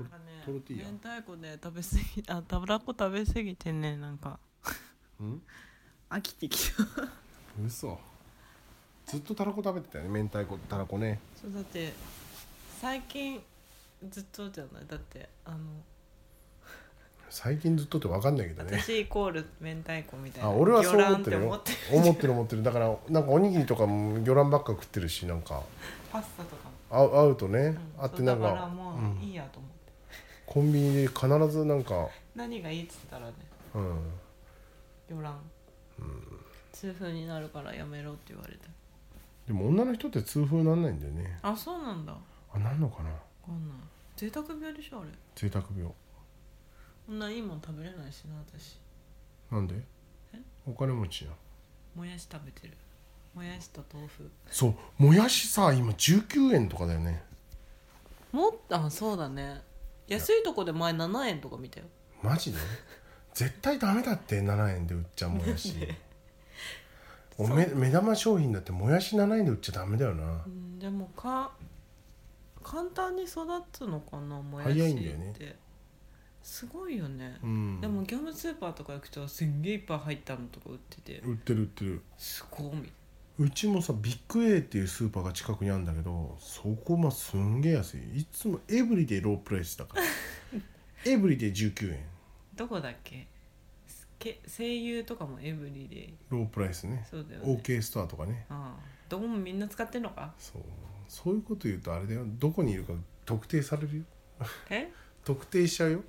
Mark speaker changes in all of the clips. Speaker 1: なんか
Speaker 2: ト
Speaker 1: ね
Speaker 2: ルティーヤ
Speaker 1: 明太子ね食べ過ぎあたらこ食べ過ぎてねなんか
Speaker 2: うん
Speaker 1: 飽きてきた
Speaker 2: 嘘ずっとたらこ食べてたよね明太子たらこね
Speaker 1: そうだって最近ずっとじゃないだってあの
Speaker 2: 最近ずっとって分かんないけどね
Speaker 1: 私イコール明太子みたいな
Speaker 2: あ俺はそう思ってる
Speaker 1: 魚卵
Speaker 2: よ
Speaker 1: って思って
Speaker 2: 思
Speaker 1: る
Speaker 2: ってる思ってるだからなんかおにぎりとかも魚卵ばっか食ってるしなんか
Speaker 1: パスタとかも、
Speaker 2: 合う合うとね、
Speaker 1: うん
Speaker 2: あって
Speaker 1: そう
Speaker 2: なん
Speaker 1: だから
Speaker 2: か、
Speaker 1: も
Speaker 2: うん
Speaker 1: ういいやと思って、
Speaker 2: コンビニで必ずなんか
Speaker 1: 何がいいっつったらね
Speaker 2: うん
Speaker 1: 魚卵、痛風になるからやめろって言われて
Speaker 2: でも女の人って痛風なんないんだよね
Speaker 1: あそうなんだわ
Speaker 2: あなんのかな
Speaker 1: かんない贅沢病でしょあれ
Speaker 2: 贅沢病
Speaker 1: こんないいもん食べれないしな私
Speaker 2: なんで
Speaker 1: え
Speaker 2: お金持ちやん
Speaker 1: もやし食べてるもやしと豆腐
Speaker 2: そうもやしさ今19円とかだよね
Speaker 1: もっとあそうだね安いとこで前7円とか見たよ
Speaker 2: マジで絶対ダメだって7円で売っちゃう もやしおめ目玉商品だってもやし7円で売っちゃダメだよな
Speaker 1: うんでもか簡単に育つのかなもやしって
Speaker 2: 早いんだよね
Speaker 1: すごいよね
Speaker 2: う、ん
Speaker 1: でも業務スーパーとか行くとすんげえいっぱい入ったのとか売ってて
Speaker 2: 売ってる売ってる
Speaker 1: すごいみ
Speaker 2: うちもさビッグ A っていうスーパーが近くにあるんだけどそこますんげえ安いいつもエブリデイロープライス だからエブリデイ19円
Speaker 1: どこだっけすけ声優とかもエブリデイ
Speaker 2: ロープライスね
Speaker 1: そうだよね、
Speaker 2: OK ストアとかね
Speaker 1: ああどこもみんな使ってんのか
Speaker 2: そうそういうこと言うとあれだよどこにいるか特定されるよ
Speaker 1: え
Speaker 2: 特定しちゃうよ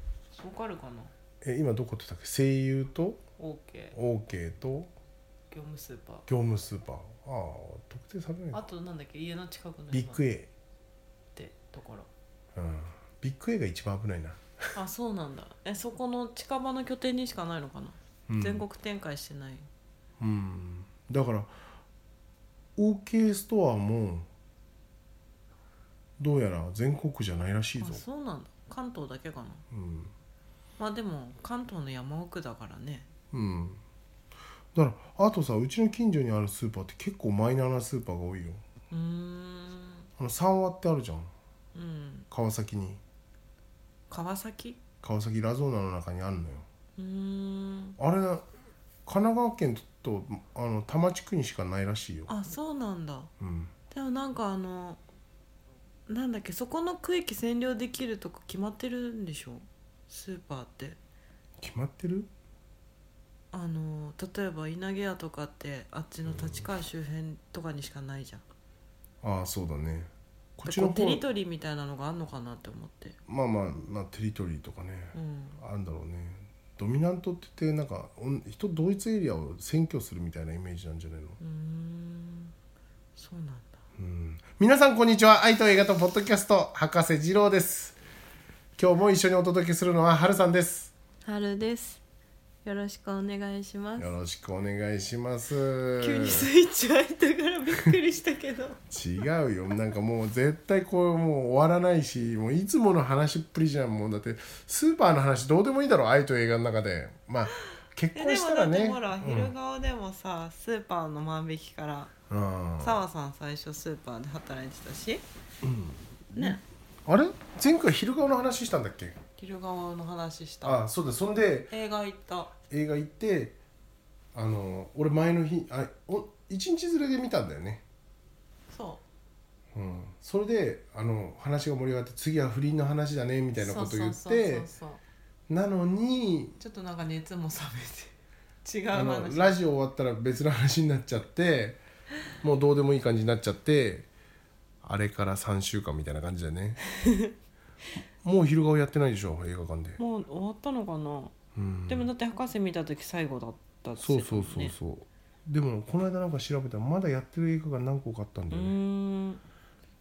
Speaker 1: わかるかな
Speaker 2: え今どこって言ったっけ声優と
Speaker 1: OK
Speaker 2: OK と
Speaker 1: 業務スーパー
Speaker 2: 業務スーパーああ特定されない
Speaker 1: あ
Speaker 2: か
Speaker 1: となんだっけ家の近くの
Speaker 2: ビッグ
Speaker 1: っ
Speaker 2: A、
Speaker 1: てところ
Speaker 2: うん、ビッグ A が一番危ないな、
Speaker 1: あそうなんだえそこの近場の拠点にしかないのかな、
Speaker 2: うん
Speaker 1: 全国展開してない
Speaker 2: うんだから OK ストアもどうやら全国じゃないらしいぞ
Speaker 1: あ、そうなんだ関東だけかな
Speaker 2: うん
Speaker 1: まあでも関東の山奥だからね
Speaker 2: うん、だからあとさうちの近所にあるスーパーって結構マイナーなスーパーが多いよ
Speaker 1: うーん
Speaker 2: あの三和ってあるじゃん
Speaker 1: うん
Speaker 2: 川崎に
Speaker 1: 川崎
Speaker 2: 川崎ラゾーナの中にあるのよ
Speaker 1: うーん
Speaker 2: あれ神奈川県とあの多摩地区にしかないらしいよ、
Speaker 1: あそうなんだ
Speaker 2: うん、
Speaker 1: でもなんかあのなんだっけそこの区域占領できるとこ決まってるんでしょスーパーって
Speaker 2: 決まってる
Speaker 1: あの例えば稲毛屋とかってあっちの立川周辺とかにしかないじゃん、
Speaker 2: ああそうだねこっ
Speaker 1: で
Speaker 2: ち
Speaker 1: こ
Speaker 2: の
Speaker 1: うテ
Speaker 2: 方
Speaker 1: リトリーみたいなのがあんのかなって思って
Speaker 2: まあまあ、まあ、テリトリーとかね
Speaker 1: うん
Speaker 2: あるんだろうねドミナントって言ってなんかおん人同一エリアを占拠するみたいなイメージなんじゃないの
Speaker 1: うーんそうなんだ
Speaker 2: うん皆さんこんにちは愛と映画とポッドキャスト博士二郎です今日も一緒にお届けするのは春さんです
Speaker 1: 春ですよろしくお願いしま
Speaker 2: よろしくお願いします
Speaker 1: 急にスイッチ入ったからびっくりしたけど
Speaker 2: 違うよなんかもう絶対こうもう終わらないしもういつもの話っぷりじゃんもうだってスーパーの話どうでもいいだろ愛と映画の中でまあ結
Speaker 1: え
Speaker 2: 婚
Speaker 1: で
Speaker 2: し
Speaker 1: も
Speaker 2: た
Speaker 1: だ
Speaker 2: ら
Speaker 1: って
Speaker 2: ね
Speaker 1: ほら、昼顔でもさスーパーの万引きから
Speaker 2: うん、
Speaker 1: 澤、さん最初スーパーで働いてたし、ね
Speaker 2: あれ前回昼顔の話したんだっけ
Speaker 1: 昼顔の話した
Speaker 2: あそうだそんで
Speaker 1: 映画行った
Speaker 2: 映画行ってあの俺前の日あお一日ずれで見たんだよね、
Speaker 1: そ
Speaker 2: うん、それであの話が盛り上がって次は不倫の話だねみ
Speaker 1: う
Speaker 2: たいなこと言っ
Speaker 1: そうそうそう
Speaker 2: て
Speaker 1: そうそう
Speaker 2: なのに
Speaker 1: ちょっとなんか熱も冷めて違う
Speaker 2: あ
Speaker 1: 話
Speaker 2: のラジオ終わったら別の話になっちゃってもうどうでもいい感じになっちゃってあれから3週間みたいな感じだ ねもう昼顔やってないでしょ映画館で、
Speaker 1: もう終わったのかな、
Speaker 2: うん、
Speaker 1: でもだって博士見た時最後だったっつ
Speaker 2: そう
Speaker 1: ってた
Speaker 2: そ
Speaker 1: も
Speaker 2: うんそう
Speaker 1: ね
Speaker 2: そう、でもこの間なんか調べたらまだやってる映画が何個かあったんだ
Speaker 1: う
Speaker 2: よね、
Speaker 1: ーん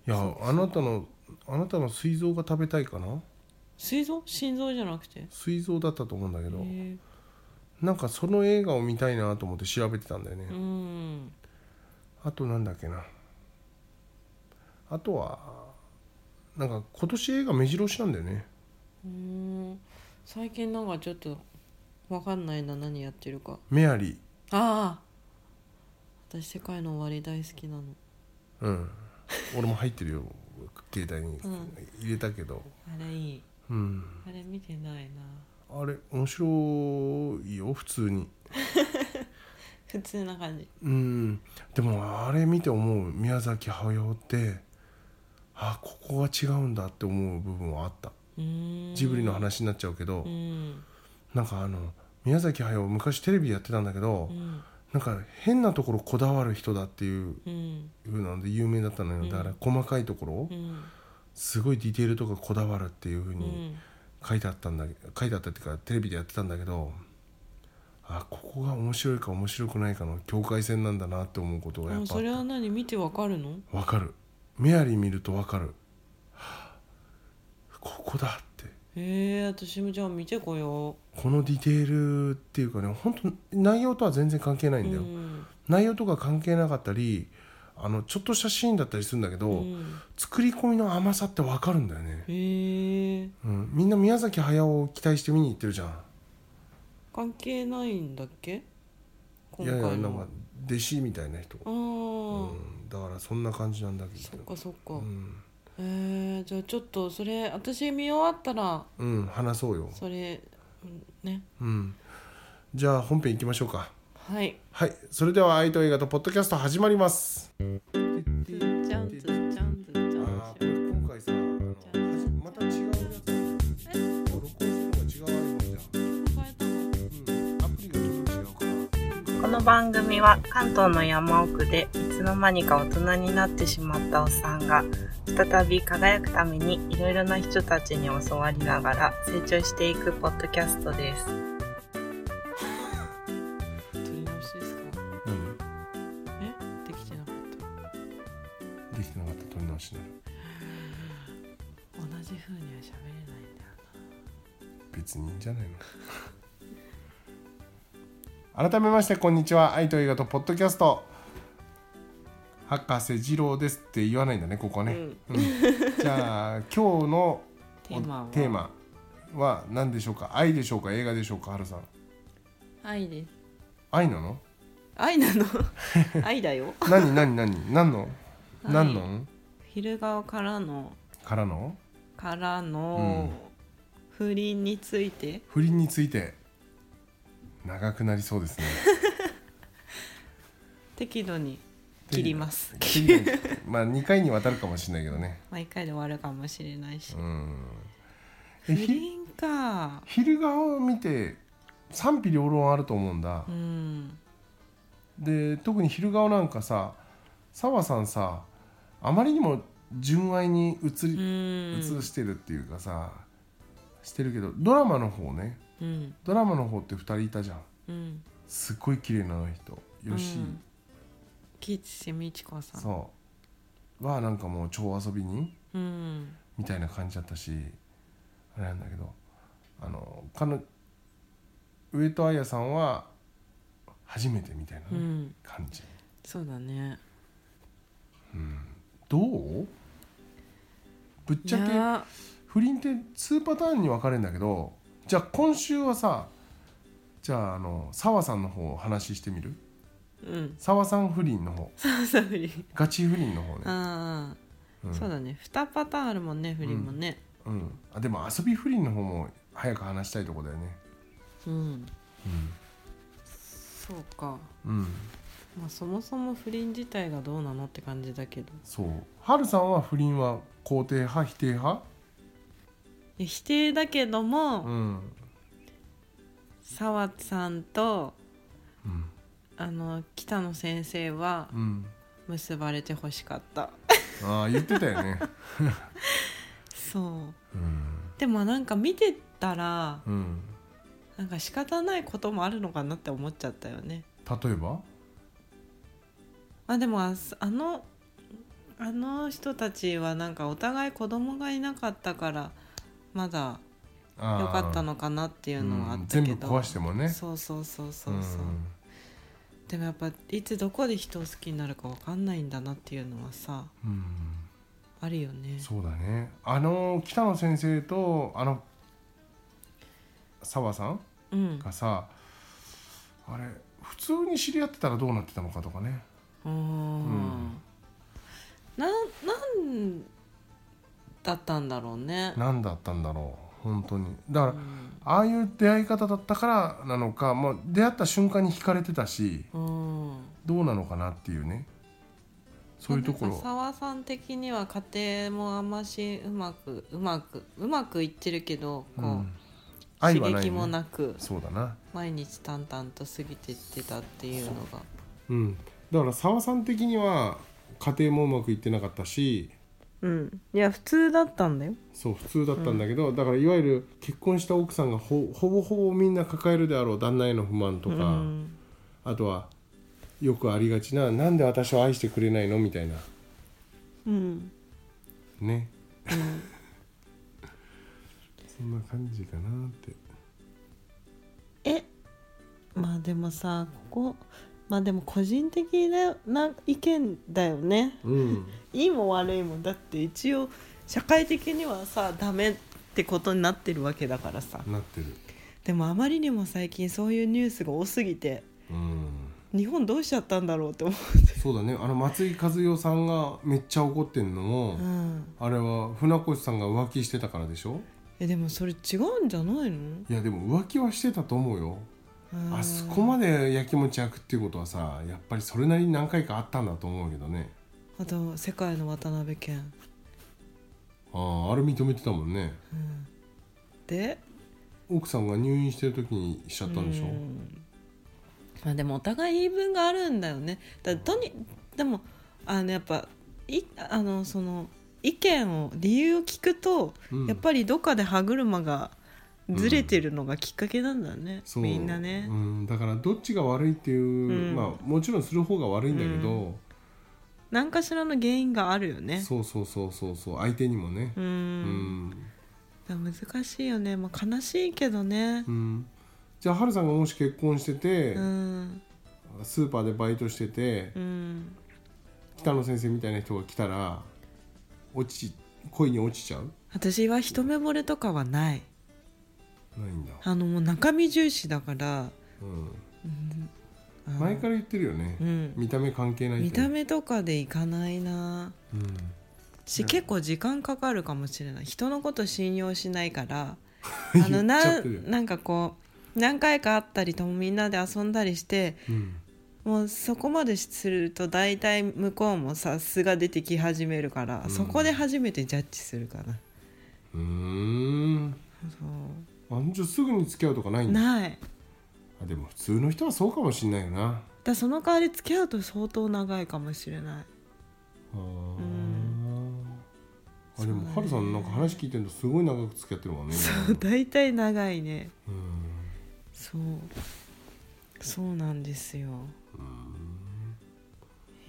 Speaker 2: いやあなたのあなたの膵臓が食べたいかな
Speaker 1: 膵臓心臓じゃなくてへ
Speaker 2: 膵臓だったと思うんだけど、
Speaker 1: え
Speaker 2: なんかその映画を見たいなと思って調べてたんだよね、
Speaker 1: うん
Speaker 2: あとなんだっけなあとはなんか今年映画目白押しなんだよね
Speaker 1: うん最近なんかちょっとわかんないな何やってるか
Speaker 2: メアリー
Speaker 1: ああ私「世界の終わり」大好きなの
Speaker 2: うん俺も入ってるよ携帯に
Speaker 1: うん
Speaker 2: 入れたけど、
Speaker 1: あれいい
Speaker 2: うん
Speaker 1: あれ見てないな
Speaker 2: あれ面白いよ普通に
Speaker 1: 普通な感じ
Speaker 2: うんでもあれ見て思う宮崎駿ってあここは違うんだって思う部分はあった
Speaker 1: うーん
Speaker 2: ジブリの話になっちゃうけど、
Speaker 1: うん
Speaker 2: なんかあの宮崎駿昔テレビでやってたんだけど、
Speaker 1: うん
Speaker 2: なんか変なところこだわる人だっていう
Speaker 1: うん
Speaker 2: 風なので有名だったのよ、
Speaker 1: うん
Speaker 2: だから細かいところ、
Speaker 1: うん
Speaker 2: すごいディテールとかこだわるっていう風
Speaker 1: う
Speaker 2: に
Speaker 1: ん
Speaker 2: 書いてあったんだけど書いてあったっていうかテレビでやってたんだけどあここが面白いか面白くないかの境界線なんだなって思うことが
Speaker 1: あ
Speaker 2: やっぱあっ
Speaker 1: それは何見てわかるの
Speaker 2: たわかるメアリー見るとわかる、はあここだって
Speaker 1: ええ私もじゃあ見てこよ
Speaker 2: このディテールっていうかね本当内容とは全然関係な
Speaker 1: う
Speaker 2: いんだよ、
Speaker 1: うん
Speaker 2: 内容とか関係なかったりあのちょっとしたシーンだったりするんだけど、
Speaker 1: うん
Speaker 2: 作り込みの甘さってわかるんだよね、
Speaker 1: へえ
Speaker 2: うん、みんな宮崎駿を期待して見に行ってるじゃん
Speaker 1: 関係ないんだっけ今
Speaker 2: いや
Speaker 1: 回
Speaker 2: い
Speaker 1: の
Speaker 2: やなんか弟子みたいな人、
Speaker 1: ああ、
Speaker 2: うん、だからそんな感じなんだけ
Speaker 1: そっ
Speaker 2: ど
Speaker 1: かそっか、
Speaker 2: うん、
Speaker 1: えー、じゃあちょっとそれ私見終わったら
Speaker 2: うん、話そうよ、
Speaker 1: それうんね
Speaker 2: うん、じゃあ本編行きましょうか
Speaker 1: はい
Speaker 2: はいそれでは「愛と映画」とポッドキャスト始まります
Speaker 1: ずっちゃんずっちゃんずっちゃん
Speaker 2: あーこれ今回さあのまた違うやつ録音するのが違うもんじゃんうんアプリがちょっと違うから
Speaker 3: この番組は関東の山奥でいつの間にか大人になってしまったおっさんが再び輝くためにいろいろな人たちに教わりながら成長していくポッドキャストです。
Speaker 1: 取り直しですか
Speaker 2: 何
Speaker 1: できてなかった
Speaker 2: できてなかった取り直しね
Speaker 1: 同じ風には喋れないんだ
Speaker 2: 別にいいんじゃないの 改めましてこんにちは愛と映画とポッドキャスト博士二郎ですって言わないんだねここはね、うんじゃあ今日の
Speaker 1: テーマは
Speaker 2: テーマは何でしょうか愛でしょうか映画でしょうかはるさん
Speaker 1: 愛です
Speaker 2: 愛なの
Speaker 1: 愛なの 愛だよ
Speaker 2: 何何何何の
Speaker 1: 愛
Speaker 2: 何の
Speaker 1: 昼顔からの
Speaker 2: からの
Speaker 1: からの、不倫について
Speaker 2: 不倫について長くなりそうですね
Speaker 1: 適度に切ります
Speaker 2: 次の まあ2回にわたるかもしれないけどね
Speaker 1: 毎回で終わるかもしれないし
Speaker 2: うん
Speaker 1: 不
Speaker 2: えひ
Speaker 1: 倫か
Speaker 2: 昼顔を見て賛否両論あると思うんだ
Speaker 1: う、ん
Speaker 2: で特に昼顔なんかさ澤さんさあまりにも純愛に移
Speaker 1: う
Speaker 2: り、
Speaker 1: ん
Speaker 2: 移してるっていうかさしてるけどドラマの方ね
Speaker 1: うん
Speaker 2: ドラマの方って2人いたじゃん
Speaker 1: うん
Speaker 2: すっごい綺麗なあの人よし、
Speaker 1: うん吉美智子さん
Speaker 2: そうはなんかもう超遊び人
Speaker 1: うん
Speaker 2: みたいな感じだったしあれなんだけどあの彼女上戸彩さんは初めてみたい
Speaker 1: う
Speaker 2: なね、
Speaker 1: ん
Speaker 2: 感じ
Speaker 1: そうだね
Speaker 2: どうぶっ
Speaker 1: い
Speaker 2: ちゃ
Speaker 1: や
Speaker 2: け不倫って2パターンに分かれるんだけどじゃあ今週はさじゃああの澤さんの方を話してみる
Speaker 1: うん
Speaker 2: 澤さん不倫の方
Speaker 1: そうそう不倫
Speaker 2: ガチ不倫の方ね、
Speaker 1: あ
Speaker 2: う
Speaker 1: あ
Speaker 2: ん
Speaker 1: そうだね2パターンあるもんね不倫もね
Speaker 2: うん、あでも遊び不倫の方も早く話したいとこだよね
Speaker 1: うんそうか
Speaker 2: うん、うん、
Speaker 1: まあそもそも不倫自体がどうなのって感じだけど
Speaker 2: そうハルさんは不倫は肯定派否定派
Speaker 1: いや否定だけど
Speaker 2: う
Speaker 1: も
Speaker 2: ん、
Speaker 1: 澤さんと
Speaker 2: うん
Speaker 1: あの北野先生は
Speaker 2: うん、
Speaker 1: 結ばれてほしかった
Speaker 2: ああ言ってたよ ね
Speaker 1: そう
Speaker 2: うん、
Speaker 1: でもなんか見てたら
Speaker 2: うん、
Speaker 1: なんか仕方ないこともあるのかなって思っちゃったよね
Speaker 2: 例えば
Speaker 1: あでもああのあの人たちはなんかお互い子供がいなかったからまだ
Speaker 2: あー
Speaker 1: 良かったのかなっていうのはあったけど、
Speaker 2: うん全部壊してもね
Speaker 1: そうそうそうそう
Speaker 2: うん
Speaker 1: そう、でもやっぱいつどこで人を好きになるかわかんないんだなっていうのはさ
Speaker 2: うん
Speaker 1: あるよね
Speaker 2: そうだねあの北野先生とあの澤さん
Speaker 1: うん
Speaker 2: がさあれ普通に知り合ってたらどうなってたのかとかね
Speaker 1: あーなんなんだったんだろうね
Speaker 2: 何だったんだろう本当にだから、ああいう出会い方だったからなのか、まあ、出会った瞬間に惹かれてたし
Speaker 1: うん
Speaker 2: どうなのかなっていうねそういうとこ
Speaker 1: なんか
Speaker 2: ろ
Speaker 1: 沢さん的には家庭もあんましうまくうまくうまくいってるけどこう、
Speaker 2: うん愛
Speaker 1: 刺
Speaker 2: はない、ね、
Speaker 1: 激もなく
Speaker 2: そうだな
Speaker 1: 毎日淡々と過ぎてってたっていうのが
Speaker 2: うんだから澤さん的には家庭もうまくいってなかったし
Speaker 1: うんいや普通だったんだよ
Speaker 2: そう普通だったんだけど、だからいわゆる結婚した奥さんがほほぼほぼみんな抱えるであろう旦那への不満とか、
Speaker 1: うん
Speaker 2: あとはよくありがちな「なんで私を愛してくれないの?」みたいな
Speaker 1: うん
Speaker 2: ね、そんな感じかなって
Speaker 1: えまあでもさここまあでも個人的なな意見だよね
Speaker 2: うん
Speaker 1: いいも悪いもだって一応社会的にはさダメってことになってるわけだからさ
Speaker 2: なってる
Speaker 1: でもあまりにも最近そういうニュースが多すぎて
Speaker 2: うん
Speaker 1: 日本どうしちゃったんだろうって思
Speaker 2: そうだねあの松井和代さんがめっちゃ怒ってんのも、
Speaker 1: う、うん、
Speaker 2: あれは船越さんが浮気してたからでしょ
Speaker 1: えでもそれ違うんじゃないの
Speaker 2: いやでも浮気はしてたと思うよあそこまでやきもち焼くっていうことはさやっぱりそれなりに何回かあったんだと思うけどね
Speaker 1: あと「世界の渡辺謙
Speaker 2: あああれ認めてたもんね」
Speaker 1: で
Speaker 2: 奥さんが入院してる時にしちゃったんでしょ
Speaker 1: うんまあでもお互い言い分があるんだよねだからとにでもあのやっぱいあのその意見を理由を聞くと、
Speaker 2: うん
Speaker 1: やっぱりどっかで歯車がずれてるのがきっかけなんだね、
Speaker 2: そう
Speaker 1: みんなね
Speaker 2: う、ん、だからどっちが悪いっていう、
Speaker 1: ん
Speaker 2: まあもちろんする方が悪いんだけど、
Speaker 1: 何かしらの原因があるよね
Speaker 2: そうそうそうそうそう相手にもね
Speaker 1: う
Speaker 2: うんん、
Speaker 1: だから難しいよね、まあ、悲しいけどね
Speaker 2: うんじゃあハルさんがもし結婚してて、
Speaker 1: うん
Speaker 2: スーパーでバイトしてて、
Speaker 1: うん
Speaker 2: 北野先生みたいな人が来たら落ち恋に落ちちゃう
Speaker 1: 私は一目惚れとかはない
Speaker 2: ないんだ、
Speaker 1: あのもう中身重視だから
Speaker 2: う
Speaker 1: あ
Speaker 2: ん、
Speaker 1: の
Speaker 2: 前から言ってるよね、
Speaker 1: うん
Speaker 2: 見た目関係ない
Speaker 1: 見
Speaker 2: って
Speaker 1: た目とかでいかないな
Speaker 2: うん
Speaker 1: し結構時間かかるかもしれない人のこと信用しないから
Speaker 2: 言
Speaker 1: あの
Speaker 2: っちゃ
Speaker 1: な
Speaker 2: ってるよ
Speaker 1: なんかこう何回か会ったりともみんなで遊んだりして
Speaker 2: うん
Speaker 1: もうそこまですると大体向こうもさ素が出てき始めるから、
Speaker 2: うん
Speaker 1: そこで初めてジャッジするかな
Speaker 2: うーん
Speaker 1: そ、
Speaker 2: あじゃあすぐに付き合うとかないうんだ
Speaker 1: ないだか
Speaker 2: あでも普通の人はそうかもしんないよな
Speaker 1: らその代わり付き合うと相当長いかもしれない
Speaker 2: あーあ
Speaker 1: そう
Speaker 2: で
Speaker 1: だ
Speaker 2: も
Speaker 1: ね
Speaker 2: ハルさんなんか話聞いてるとすごい長く付き合ってるもんね
Speaker 1: そう大体長いね
Speaker 2: うん
Speaker 1: そうそうなんですよ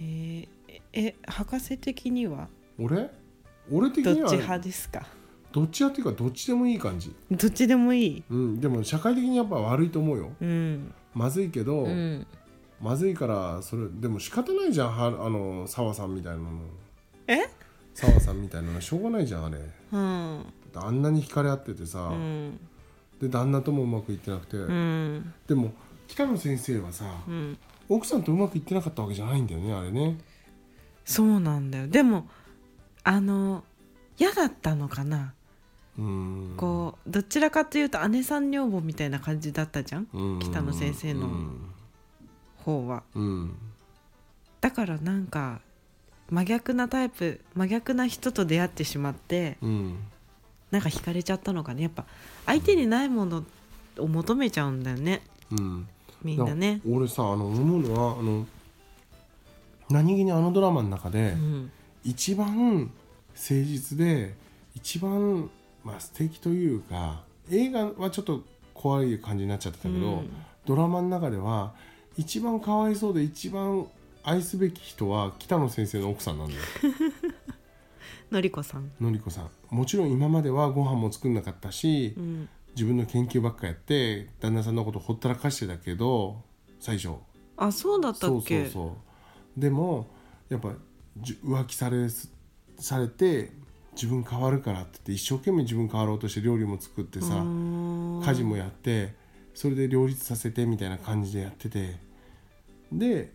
Speaker 1: へええ博士的には
Speaker 2: 俺俺的
Speaker 1: どっち
Speaker 2: には
Speaker 1: 派ですか
Speaker 2: どっち派っていうかどっちでもいい感じ
Speaker 1: どっちでもいい
Speaker 2: うんでも社会的にやっぱ悪いと思うよ
Speaker 1: うん
Speaker 2: まずいけど、
Speaker 1: うん
Speaker 2: まずいからそれでも仕方ないじゃんはあの澤さんみたいなの
Speaker 1: え
Speaker 2: 澤さんみたいなのしょうがないじゃんあれ
Speaker 1: うん
Speaker 2: あんなに惹かれ合っててさ、
Speaker 1: うん
Speaker 2: で旦那ともうまくいってなくて、
Speaker 1: うん
Speaker 2: でも北野先生はさ、
Speaker 1: うん
Speaker 2: 奥さんとうまくいってなかったわけじゃないんだよねあれね
Speaker 1: そうなんだよでもあの嫌だったのかな、
Speaker 2: うーん
Speaker 1: こうどちらかというと姉さん女房みたいな感じだったじゃん
Speaker 2: うん
Speaker 1: 北野先生の
Speaker 2: うん
Speaker 1: 方は
Speaker 2: うん
Speaker 1: だからなんか真逆なタイプ真逆な人と出会ってしまって
Speaker 2: うん
Speaker 1: なんか惹かれちゃったのかねやっぱ相手にないものを求めちゃうんだよね
Speaker 2: うん
Speaker 1: みんなね
Speaker 2: 俺さあの思うのはあの何気にあのドラマの中で、
Speaker 1: うん
Speaker 2: 一番誠実で一番、まあ、素敵というか映画はちょっと怖い感じになっちゃってたけど、
Speaker 1: うん
Speaker 2: ドラマの中では一番かわいそうで一番愛すべき人は北野先生の奥さんなんだよ
Speaker 1: のりこさん
Speaker 2: のりこさんもちろん今まではご飯も作んなかったし、
Speaker 1: うん
Speaker 2: 自分の研究ばっかやって旦那さんのことほったらかしてたけど最初
Speaker 1: あそうだった
Speaker 2: そう
Speaker 1: っ
Speaker 2: そう
Speaker 1: け
Speaker 2: そうでもやっぱじ浮気されすされて自分変わるからって言って一生懸命自分変わろうとして料理も作ってさ、家
Speaker 1: 家
Speaker 2: 事もやってそれで両立させてみたいな感じでやっててで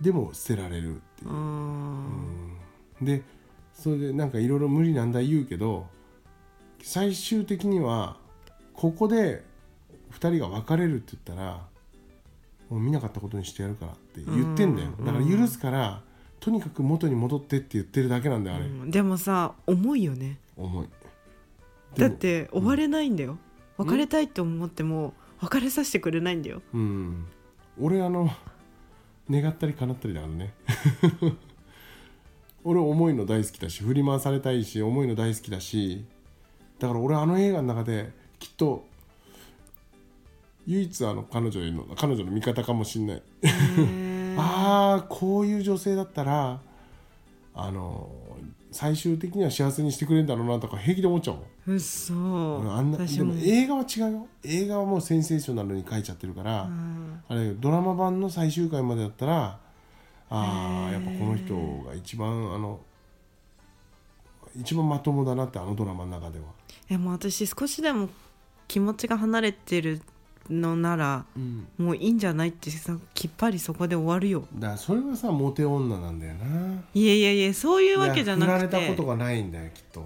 Speaker 2: でも捨てられるっていう
Speaker 1: うーん
Speaker 2: でそれでなんかいろいろ無理なんだ言うけど最終的にはここで2人が別れるって言ったらもう見なかったことにしてやるからって言ってんだよ
Speaker 1: うん
Speaker 2: だから許すからとにかく元に戻ってって言ってるだけなんだよあれ、
Speaker 1: うんでもさ重いよね
Speaker 2: 重いで
Speaker 1: だ
Speaker 2: も
Speaker 1: って終われないんだよ
Speaker 2: ん
Speaker 1: 別れたいと思っても別れさせてくれないんだよ
Speaker 2: うん俺あの願ったり叶ったりだからね 俺重いの大好きだし振り回されたいし重いの大好きだしだから俺あの映画の中できっと唯一あの彼女への彼女の味方かもしんないああこういう女性だったらあの最終的には幸せにしてくれるんだろうなとか平気で思っちゃうもん
Speaker 1: うそ
Speaker 2: 俺あんな
Speaker 1: 私
Speaker 2: で
Speaker 1: も
Speaker 2: も映画は違うよ映画はもうセンセーショナルに書いちゃってるから、
Speaker 1: うん
Speaker 2: あれドラマ版の最終回までだったらああやっぱこの人が一番あの一番まともだなってあのドラマの中では、
Speaker 1: いやもう私少しでも気持ちが離れてるのならもういいんじゃないってさきっぱりそこで終わるよ
Speaker 2: だからそれはさモテ女なんだよない
Speaker 1: やいやいやそういうわ
Speaker 2: い
Speaker 1: け
Speaker 2: や
Speaker 1: じゃなくて
Speaker 2: 振られたことがないんだよきっと、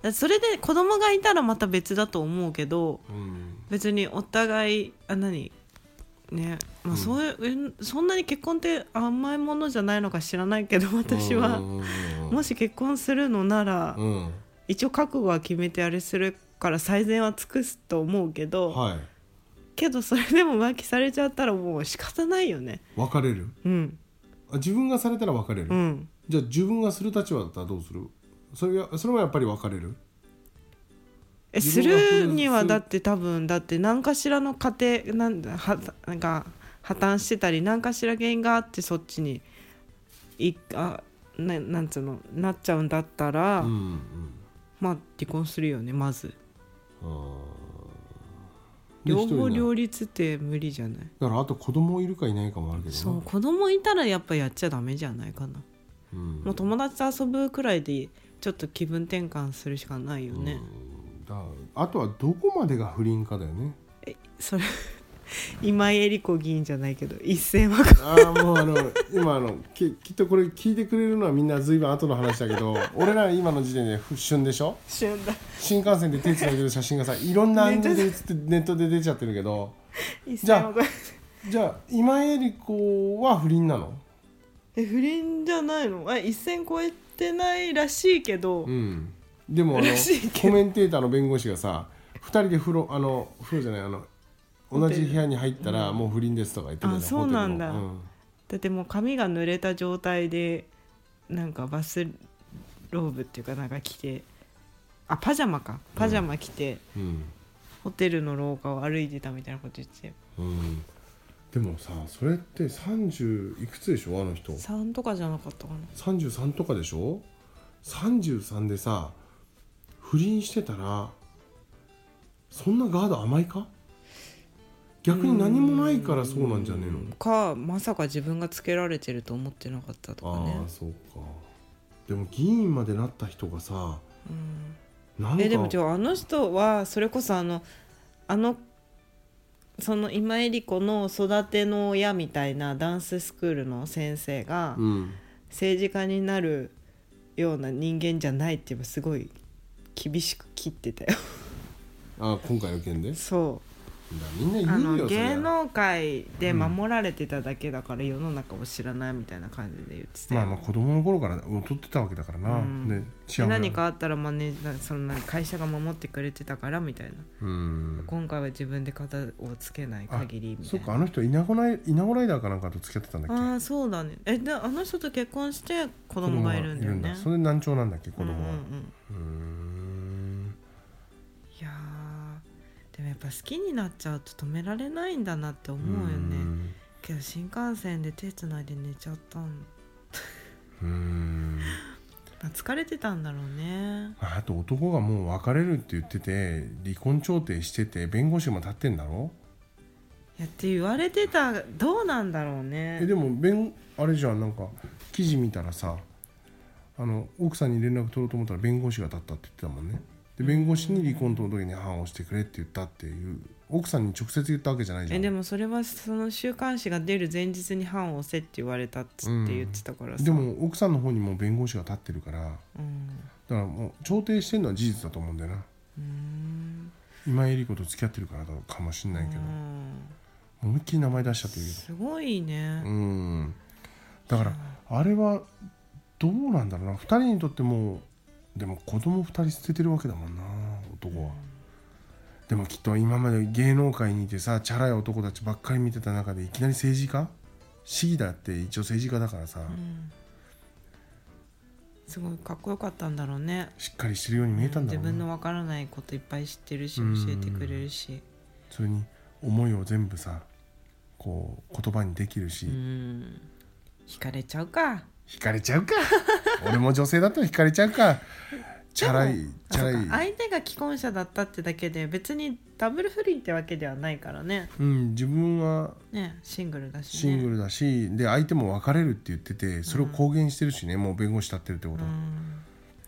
Speaker 1: だそれで子供がいたらまた別だと思うけど
Speaker 2: うん、
Speaker 1: 別にお互いあ何ねまあそういう、そんなに結婚って甘いものじゃないのか知らないけど私は、
Speaker 2: うんうんうんうん
Speaker 1: もし結婚するのなら、
Speaker 2: うん
Speaker 1: 一応覚悟は決めてあれするから最善は尽くすと思うけど、
Speaker 2: はい
Speaker 1: けどそれでも浮気されちゃったらもう仕方ないよね
Speaker 2: 別れる
Speaker 1: うん
Speaker 2: あ自分がされたら別れる、
Speaker 1: うん
Speaker 2: じゃあ自分がする立場だったらどうするそれはそれはやっぱり別れる
Speaker 1: え
Speaker 2: 自
Speaker 1: す
Speaker 2: 分が不倫
Speaker 1: るには
Speaker 2: する
Speaker 1: だって多分だって何かしらの過程なんだはなんか破綻してたり何かしら原因があってそっちにいあななんつうのなっちゃうんだったら、
Speaker 2: うんうん
Speaker 1: まあ離婚するよねまず
Speaker 2: うんで
Speaker 1: 両
Speaker 2: 一人
Speaker 1: 方
Speaker 2: ね
Speaker 1: 両立って無理じゃない
Speaker 2: だからあと子供いるかいないかもあるけどな
Speaker 1: そう子供いたらやっぱやっちゃダメじゃないかな
Speaker 2: うん、
Speaker 1: もう友達と遊ぶくらいでちょっと気分転換するしかないよね、
Speaker 2: だあとはどこまでが不倫かだよ ね
Speaker 1: それ今井絵理子議員じゃないけど一線は
Speaker 2: ああもうあの今あのききっとこれ聞いてくれるのはみんな随分後の話だけど俺ら今の時点で不旬でしょ
Speaker 1: 旬だ
Speaker 2: 新幹線で手つないでる写真がさいろんなアングルで写ってネットで出ちゃってるけど
Speaker 1: 一
Speaker 2: じゃ
Speaker 1: 線
Speaker 2: あ
Speaker 1: は越
Speaker 2: じゃあ今江理子は不倫なの
Speaker 1: ええ不倫じゃないのあ一線超えてないらしいけど、
Speaker 2: うんでもあの
Speaker 1: らしいけど
Speaker 2: コメンテーターの弁護士がさ2人で風呂あの風呂じゃないあの同じ部屋に入ったらもう不倫ですとか言ってたじゃ
Speaker 1: あそうなんだ
Speaker 2: ホテルの
Speaker 1: だってもう髪が濡れた状態でなんかバスローブっていうかなんか着てあパジャマかパジャマ着て、
Speaker 2: うんうん
Speaker 1: ホテルの廊下を歩いてたみたいなこと言ってたよ
Speaker 2: うんでもさそれって30いくつでしょあの人
Speaker 1: 3とかじゃなかったかな
Speaker 2: 33とかでしょ33でさ不倫してたらそんなガード甘いか逆に何もないからそうなんじゃねえの
Speaker 1: かまさか自分がつけられてると思ってなかったとかね
Speaker 2: ああそうかでも議員までなった人がさ
Speaker 1: うん
Speaker 2: なんか
Speaker 1: えでもじゃああの人はそれこそあのあのその今江理子の育ての親みたいなダンススクールの先生が
Speaker 2: うん
Speaker 1: 政治家になるような人間じゃないって言えばすごい厳しく切って たよ
Speaker 2: あ今回の件でだ
Speaker 1: そ
Speaker 2: みん
Speaker 1: う
Speaker 2: な
Speaker 1: あ
Speaker 2: 言う
Speaker 1: の
Speaker 2: よそりゃ
Speaker 1: 芸能界で守られてただけだから世の中を知らないみたいな感じで言ってたよ
Speaker 2: まあまあ子供の頃から劣ってたわけだからな、
Speaker 1: うん
Speaker 2: で
Speaker 1: で
Speaker 2: 幸せ
Speaker 1: 何かあったらマネージャーその何会社が守ってくれてたからみたいな、
Speaker 2: うん
Speaker 1: 今回は自分で型をつけない限りみたい
Speaker 2: そ
Speaker 1: うな
Speaker 2: かあの人稲子ライ稲子ライダーかなんかと付き合ってたんだっけ
Speaker 1: ああそうだねえであの人と結婚して子供がいるんだよ
Speaker 2: 子供が
Speaker 1: ね
Speaker 2: それで難聴なんだっけ子供
Speaker 1: う
Speaker 2: は
Speaker 1: んうんうん
Speaker 2: うーん
Speaker 1: いやーでもやっぱ好きになっちゃうと止められないんだなって思うよ
Speaker 2: う
Speaker 1: ね
Speaker 2: ん
Speaker 1: けど新幹線で手つないで寝ちゃったん
Speaker 2: うーん
Speaker 1: まあ疲れてたんだろうね
Speaker 2: まああと男がもう別れるって言ってて離婚調停してて弁護士も立ってんだろ
Speaker 1: いやって言われてたどうなんだろう
Speaker 2: え
Speaker 1: ね
Speaker 2: でも弁あれじゃんなんか記事見たらさあの奥さんに連絡取ろうと思ったら弁護士が立ったって言ってたもんねで弁護士に離婚届に判をしてくれって言ったっていう奥さんに直接言ったわけじゃないじゃ
Speaker 1: え
Speaker 2: ん
Speaker 1: でもそれはその週刊誌が出る前日に判を押せって言われたっつって言ってたからさ、
Speaker 2: でも奥さんの方にも弁護士が立ってるからだか
Speaker 1: うん
Speaker 2: らもう調停してるのは事実だと思うんだよな
Speaker 1: うん
Speaker 2: 今江里子と付き合ってるからだかもしんないけど思いっきり名前出しちゃってるけ
Speaker 1: すごいね
Speaker 2: どうんだからあれはどうなんだろうな2人にとってもでも子供2人捨ててるわけだもんな男はでもきっと今まで芸能界にいてさチャラい男たちばっかり見てた中でいきなり政治家市議だって一応政治家だからさ、
Speaker 1: うんすごいかっこよかったんだろうね
Speaker 2: しっかりしてるように見えたんだろう
Speaker 1: 自
Speaker 2: な、
Speaker 1: 分のわからないこといっぱい知ってるし教えてくれるし
Speaker 2: それに思いを全部さこう言葉にできるし、
Speaker 1: うん惹かれちゃうか
Speaker 2: 惹かれちゃうか 俺も女性だったら惹かれちゃうかチャラい
Speaker 1: でもあ
Speaker 2: チャラ
Speaker 1: そうか
Speaker 2: い
Speaker 1: 相手が既婚者だったってだけで別にダブル不倫ってわけではないからね
Speaker 2: うん自分は
Speaker 1: ねシングルだし
Speaker 2: シ
Speaker 1: ね
Speaker 2: ングルだし、で相手も別れるって言っててそれを公言してるしね、もう弁護士立ってるってこと、
Speaker 1: うん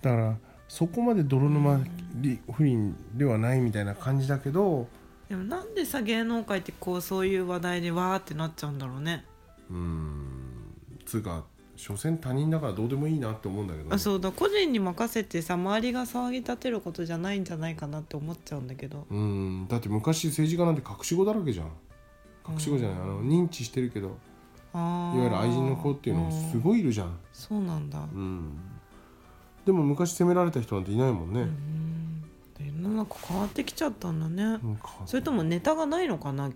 Speaker 2: だからそこまで泥沼り不倫ではないみたいな感じだけど
Speaker 1: でもなんでさ芸能界ってこうそういう話題でわーってなっちゃうんだろうね、
Speaker 2: うんつうか所詮他人だからどうでもいいなって思うんだけど
Speaker 1: あそうだ個人に任せてさ周りが騒ぎ立てることじゃないんじゃないかなって思っちゃうんだけど
Speaker 2: うんだって昔政治家なんて隠し子だらけじゃん隠し子じゃない、あの認知してるけどい
Speaker 1: あー
Speaker 2: わゆる愛人の子っていうのもす
Speaker 1: うん
Speaker 2: ごいいるじゃん、
Speaker 1: そうなんだ、
Speaker 2: うん、でも昔責められた人なんていないもんね、
Speaker 1: うん世の中変わってきちゃったんだね、
Speaker 2: なんか
Speaker 1: それともネタがないのかな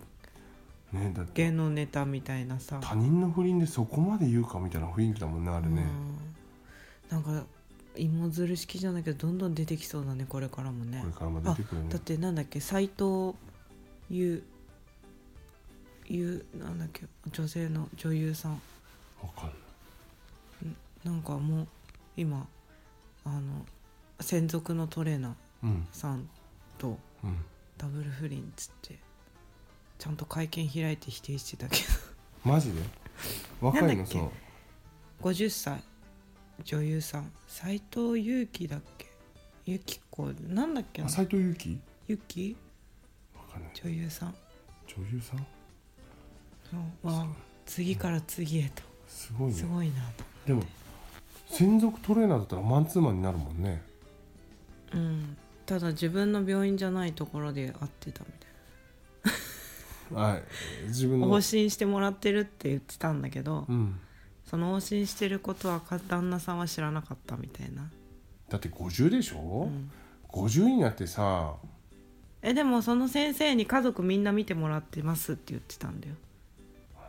Speaker 2: ねだって
Speaker 1: 芸能ネタみたいなさ
Speaker 2: 他人の不倫でそこまで言うかみたいな雰囲気だもんねあれね、
Speaker 1: うん、なんか芋づる式じゃないけどどんどん出てきそうだねこれからもね
Speaker 2: これからも出てくるよね
Speaker 1: だってなんだっけ斎藤優優なんだっけ女性の女優さん
Speaker 2: わかんない
Speaker 1: なんかもう今あの専属のトレーナー
Speaker 2: うん
Speaker 1: さんと
Speaker 2: うん
Speaker 1: ダブル不倫っつってちゃんと会見開いて否定してたけ
Speaker 2: マジで若い
Speaker 1: なんだ
Speaker 2: の
Speaker 1: っけ
Speaker 2: そう
Speaker 1: ど50歳女優さん斎藤佑樹だっけゆき子なんだっけ
Speaker 2: あ
Speaker 1: な
Speaker 2: 斎藤佑樹
Speaker 1: ゆき
Speaker 2: わかんない
Speaker 1: 女優さん
Speaker 2: 女優さん
Speaker 1: のは次から次へと
Speaker 2: すごいね
Speaker 1: すごいな
Speaker 2: でも専属トレーナーだったらマンツーマンになるもんね
Speaker 1: と、うん、ただ自分の病院じゃないところで会ってたみたい
Speaker 2: はい自分
Speaker 1: な
Speaker 2: の
Speaker 1: 往診してもらってるって言ってたんだけど、
Speaker 2: うん
Speaker 1: その往診してることは旦那さんは知らなかったみたいな、
Speaker 2: だって50でし
Speaker 1: う
Speaker 2: ょ、
Speaker 1: ん
Speaker 2: 50になってさ
Speaker 1: えでもその先生に家族みんな見てもらってますって言ってたんだよ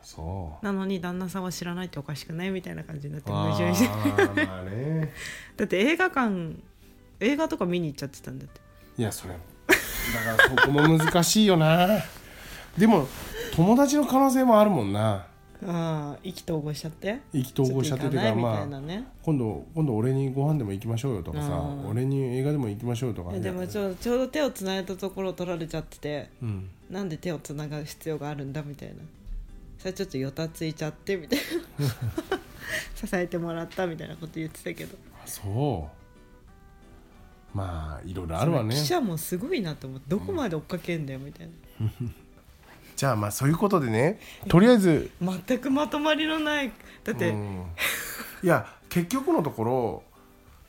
Speaker 2: そう
Speaker 1: なのに旦那さんは知らないっておかしくないみたいな感じになって矛盾して
Speaker 2: あーまあね
Speaker 1: だって映画館映画とか見に行っちゃってたんだって
Speaker 2: いやそれだからそこも難しいよなでも友達の可能性もあるもんな
Speaker 1: ああ意気投合しちゃって
Speaker 2: 意気投合しちゃってて
Speaker 1: ちょ
Speaker 2: か
Speaker 1: っと行
Speaker 2: ら
Speaker 1: かないみたいな
Speaker 2: まあ
Speaker 1: ね、
Speaker 2: 今度今度俺にご飯でも行きましょうよとかさ
Speaker 1: うん
Speaker 2: 俺に映画でも行きましょうよとか、
Speaker 1: でもちょうどちょうど手をつないだところを取られちゃってて
Speaker 2: うん
Speaker 1: なんで手をつなぐ必要があるんだみたいなそれちょっとよたついちゃってみたいな 支えてもらったみたいなこと言ってたけど
Speaker 2: あそうまあいろいろあるわね
Speaker 1: 記者もすごいなと思ってどこまで追っかけんだよみたい
Speaker 2: じゃあまあそういうことでねとりあえず
Speaker 1: な全くまとまりのないだって、
Speaker 2: うんいや結局のところ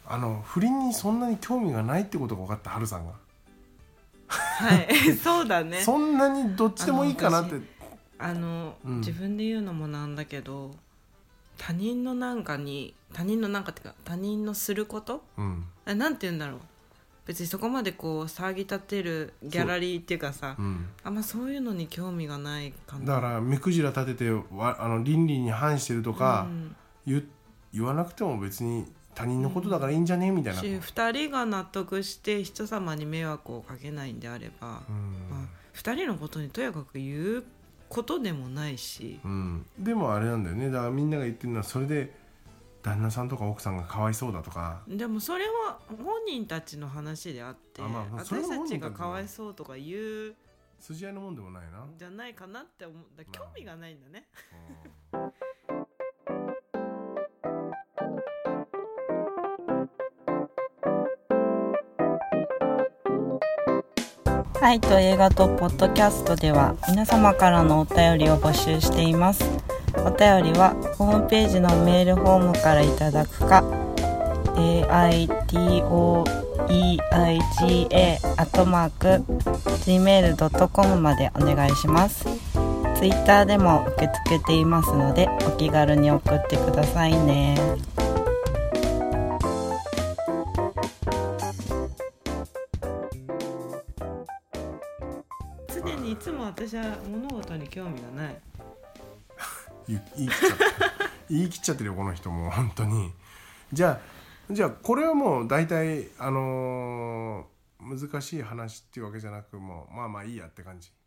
Speaker 2: あの不倫にそんなに興味がないってことが分かったハルさんが、
Speaker 1: はい そうだね
Speaker 2: そんなにどっちでもいいかなって
Speaker 1: ああの、
Speaker 2: うん
Speaker 1: 自分で言うのもなんだけど他人のなんかに他人のなんかっていうか他人のすること
Speaker 2: うん
Speaker 1: あなんて言うんだろう別にそこまでこう騒ぎ立てるギャラリーっていうかさ
Speaker 2: うん
Speaker 1: あんまそういうのに興味がない感じ
Speaker 2: だから目くじら立ててわあの倫理に反してるとか
Speaker 1: うん
Speaker 2: 言,、言わなくても別に他人のことだからいいんじゃねみたいな、
Speaker 1: し2人が納得して人様に迷惑をかけないんであれば、まあ、2人のことにとやかく言うことでもないし
Speaker 2: う、んうん、でもあれなんだよねだからみんなが言ってるのはそれで旦那さんとか奥さんがかわいそうだとか
Speaker 1: でもそれは本人たちの話であって
Speaker 2: あまあまあそれ
Speaker 1: 私
Speaker 2: は
Speaker 1: た
Speaker 2: 本
Speaker 1: ち
Speaker 2: 人たち
Speaker 1: が
Speaker 2: の
Speaker 1: かわいそうとか言う
Speaker 2: 筋合いのもんでもないな。
Speaker 1: んじゃないかなって思うだ興味がないんだね。
Speaker 3: 愛と映画とポッドキャストでは皆様からのお便りを募集していますお便りはホームページのメールフォームからいただくか aitoei eiga.gmail.com までお願いしますツイッターでも受け付けていますのでお気軽に送ってくださいね
Speaker 1: 常にいつも私は物事に興味がない
Speaker 2: 言い言い切っちゃった言い切っちゃってるよこの人もう本当にじゃあじゃあこれはもう大体あのー難しい話っていうわけじゃなくもうまあまあいいやって感じ